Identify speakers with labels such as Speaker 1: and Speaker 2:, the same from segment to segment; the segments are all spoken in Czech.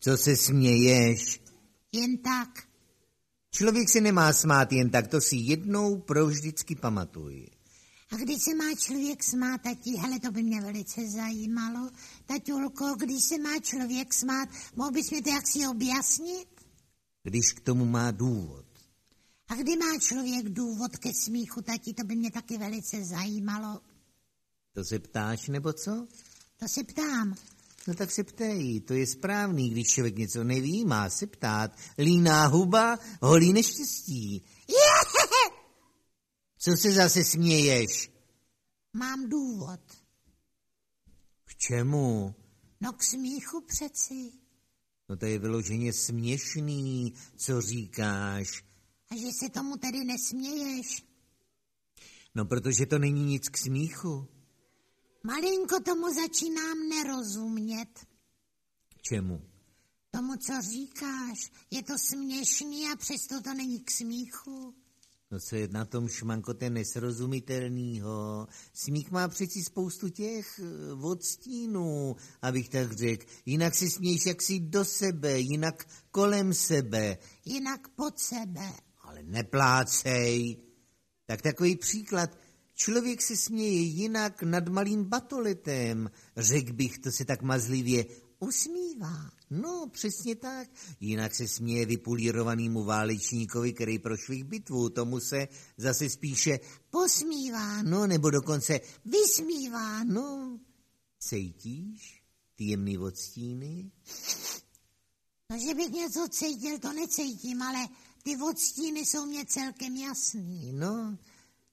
Speaker 1: Co se směješ?
Speaker 2: Jen tak.
Speaker 1: Člověk se nemá smát jen tak, to si jednou provždycky pamatuj.
Speaker 2: A když se má člověk smát, tati, hele, to by mě velice zajímalo. Tatulko, když se má člověk smát, mohl bys mi to jaksi objasnit?
Speaker 1: Když k tomu má důvod.
Speaker 2: A kdy má člověk důvod ke smíchu, tati, to by mě taky velice zajímalo.
Speaker 1: To se ptáš, nebo co?
Speaker 2: To se ptám.
Speaker 1: No tak se ptej, to je správný, když člověk něco neví, má se ptát. Líná huba, holí neštěstí. Co se zase směješ?
Speaker 2: Mám důvod.
Speaker 1: K čemu?
Speaker 2: No k smíchu přeci.
Speaker 1: No to je vyloženě směšný, co říkáš.
Speaker 2: A že se tomu tedy nesměješ.
Speaker 1: No protože to není nic k smíchu.
Speaker 2: Malinko tomu začínám nerozumět.
Speaker 1: K čemu?
Speaker 2: Tomu, co říkáš, je to směšný a přesto to není k smíchu.
Speaker 1: No co je na tom šmankote nesrozumitelnýho? Smích má přeci spoustu těch eh, odstínů, abych tak řekl. Jinak si směješ jaksi do sebe, jinak kolem sebe.
Speaker 2: Jinak pod sebe.
Speaker 1: Ale neplácej. Tak takový příklad. Člověk se směje jinak nad malým batoletem. Řekl bych to si tak mazlivě. Usmívá. No, přesně tak. Jinak se směje vypulírovanému válečníkovi, který prošvih bitvu. Tomu se zase spíše
Speaker 2: Posmívá,
Speaker 1: no, nebo dokonce
Speaker 2: vysmívá.
Speaker 1: no. Cejtíš ty jemný odstíny?
Speaker 2: No, že bych něco cítil, to necítím, ale ty odstíny jsou mě celkem jasný.
Speaker 1: No,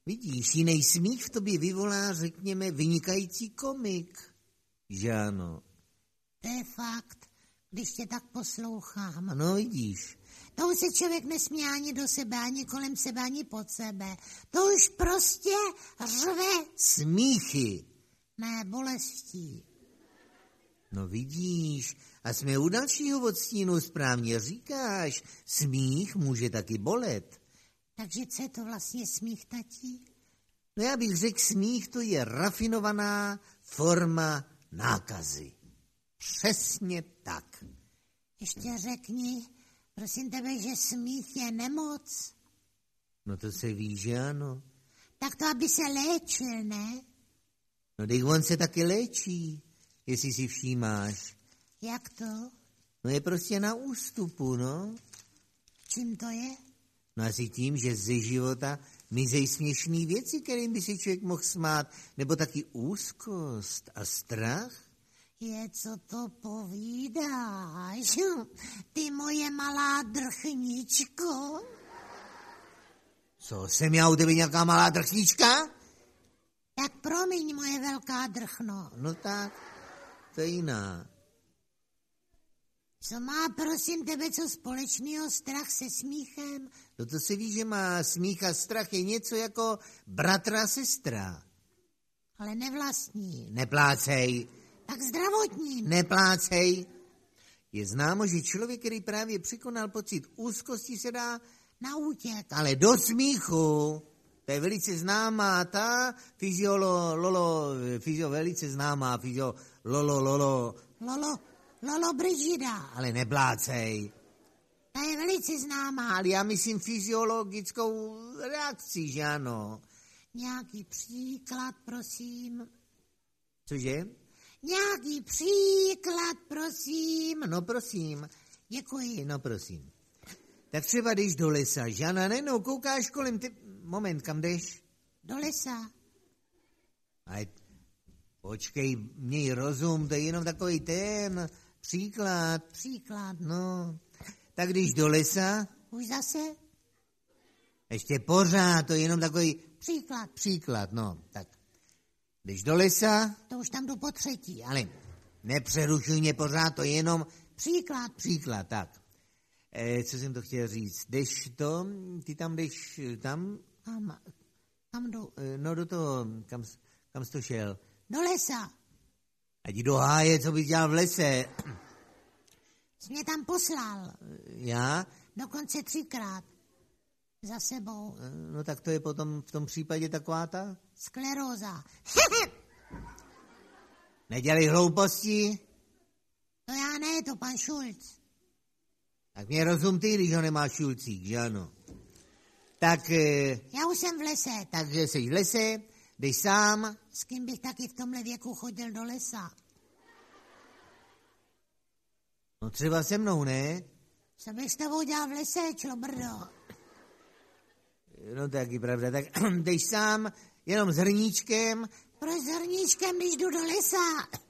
Speaker 1: vidíš, jiný smích v tobě vyvolá, řekněme, vynikající komik. Že ano.
Speaker 2: To je fakt, když tě tak poslouchám.
Speaker 1: Ano, no, vidíš.
Speaker 2: To se člověk nesmí ani do sebe, ani kolem sebe, ani pod sebe. To už prostě řve
Speaker 1: Smíchy.
Speaker 2: mé bolestí.
Speaker 1: No vidíš, a jsme u dalšího odstínu správně říkáš, smích může taky bolet.
Speaker 2: Takže co je to vlastně smích, tatí?
Speaker 1: No já bych řekl, smích to je rafinovaná forma nákazy. Přesně tak.
Speaker 2: Ještě řekni, prosím tebe, že smích je nemoc.
Speaker 1: No to se ví, že ano.
Speaker 2: Tak to, aby se léčil, ne?
Speaker 1: No teď on se taky léčí, jestli si všímáš.
Speaker 2: Jak to?
Speaker 1: No je prostě na ústupu, no.
Speaker 2: Čím to je?
Speaker 1: No asi tím, že ze života mizej směšný věci, kterým by se člověk mohl smát, nebo taky úzkost a strach.
Speaker 2: Je, co to povídáš? Ty moje malá drchničko.
Speaker 1: Co, jsem já u tebe nějaká malá drchnička?
Speaker 2: Tak promiň, moje velká drchno.
Speaker 1: No tak, to je jiná.
Speaker 2: Co má, prosím tebe, co společného strach se smíchem?
Speaker 1: No to se ví, že má smích a strach je něco jako bratra sestra.
Speaker 2: Ale nevlastní.
Speaker 1: Neplácej,
Speaker 2: Tak zdravotní.
Speaker 1: neplácej. Je známo, že člověk, který právě překonal pocit úzkosti, se dá
Speaker 2: Na útěk.
Speaker 1: ale do smíchu. To je velice známá ta fyziolo, lolo, fyzio, velice známá fyzio, lolo, lolo,
Speaker 2: Lolo, Lolo Brigida.
Speaker 1: ale neplácej.
Speaker 2: Ta je velice známá.
Speaker 1: Ale já myslím fyziologickou reakci, že ano.
Speaker 2: Nějaký příklad, prosím.
Speaker 1: Cože?
Speaker 2: Nějaký příklad, prosím.
Speaker 1: No prosím,
Speaker 2: Děkuji.
Speaker 1: no prosím. Tak třeba jdeš do lesa, Žana, nenou koukáš kolem ty... Moment, kam jdeš?
Speaker 2: Do lesa.
Speaker 1: Ale počkej, měj rozum, to je jenom takový ten příklad.
Speaker 2: Příklad.
Speaker 1: No, tak když do lesa,
Speaker 2: Už zase?
Speaker 1: ještě pořád, to je jenom takový
Speaker 2: Příklad.
Speaker 1: příklad, no, tak. Když do lesa,
Speaker 2: To už tam jdu po třetí.
Speaker 1: ale nepřerušuj mě pořád, to je jenom
Speaker 2: Příklad.
Speaker 1: příklad, tak. E, co jsem to chtěl říct? Jdeš to, ty tam jdeš eh, tam,
Speaker 2: Tam, tam jdu.
Speaker 1: eh, no do toho, kam, s- kam jsi to šel?
Speaker 2: Do lesa.
Speaker 1: A jdi do háje, co bys dělal v lese? Eh,
Speaker 2: Jsi mě tam poslal.
Speaker 1: Já?
Speaker 2: Dokonce třikrát. Za sebou.
Speaker 1: Eh, No tak to je potom v tom případě taková ta?
Speaker 2: Skleróza.
Speaker 1: Nedělej hlouposti?
Speaker 2: No To já ne, to pan Šulc.
Speaker 1: Tak mě rozum ty, když ho nemáš šulcík, že ano? Tak, eh,
Speaker 2: Já už jsem v lese, tak
Speaker 1: takže jsi v lese, jdeš sám,
Speaker 2: s kým bych taky v tomhle věku chodil do lesa?
Speaker 1: no třeba se mnou, ne?
Speaker 2: Co bych s tebou dělal v lese, člobrdo?
Speaker 1: No tak je pravda, tak jdeš sám, jenom s hrníčkem,
Speaker 2: Proč s hrníčkem, když jdu do lesa?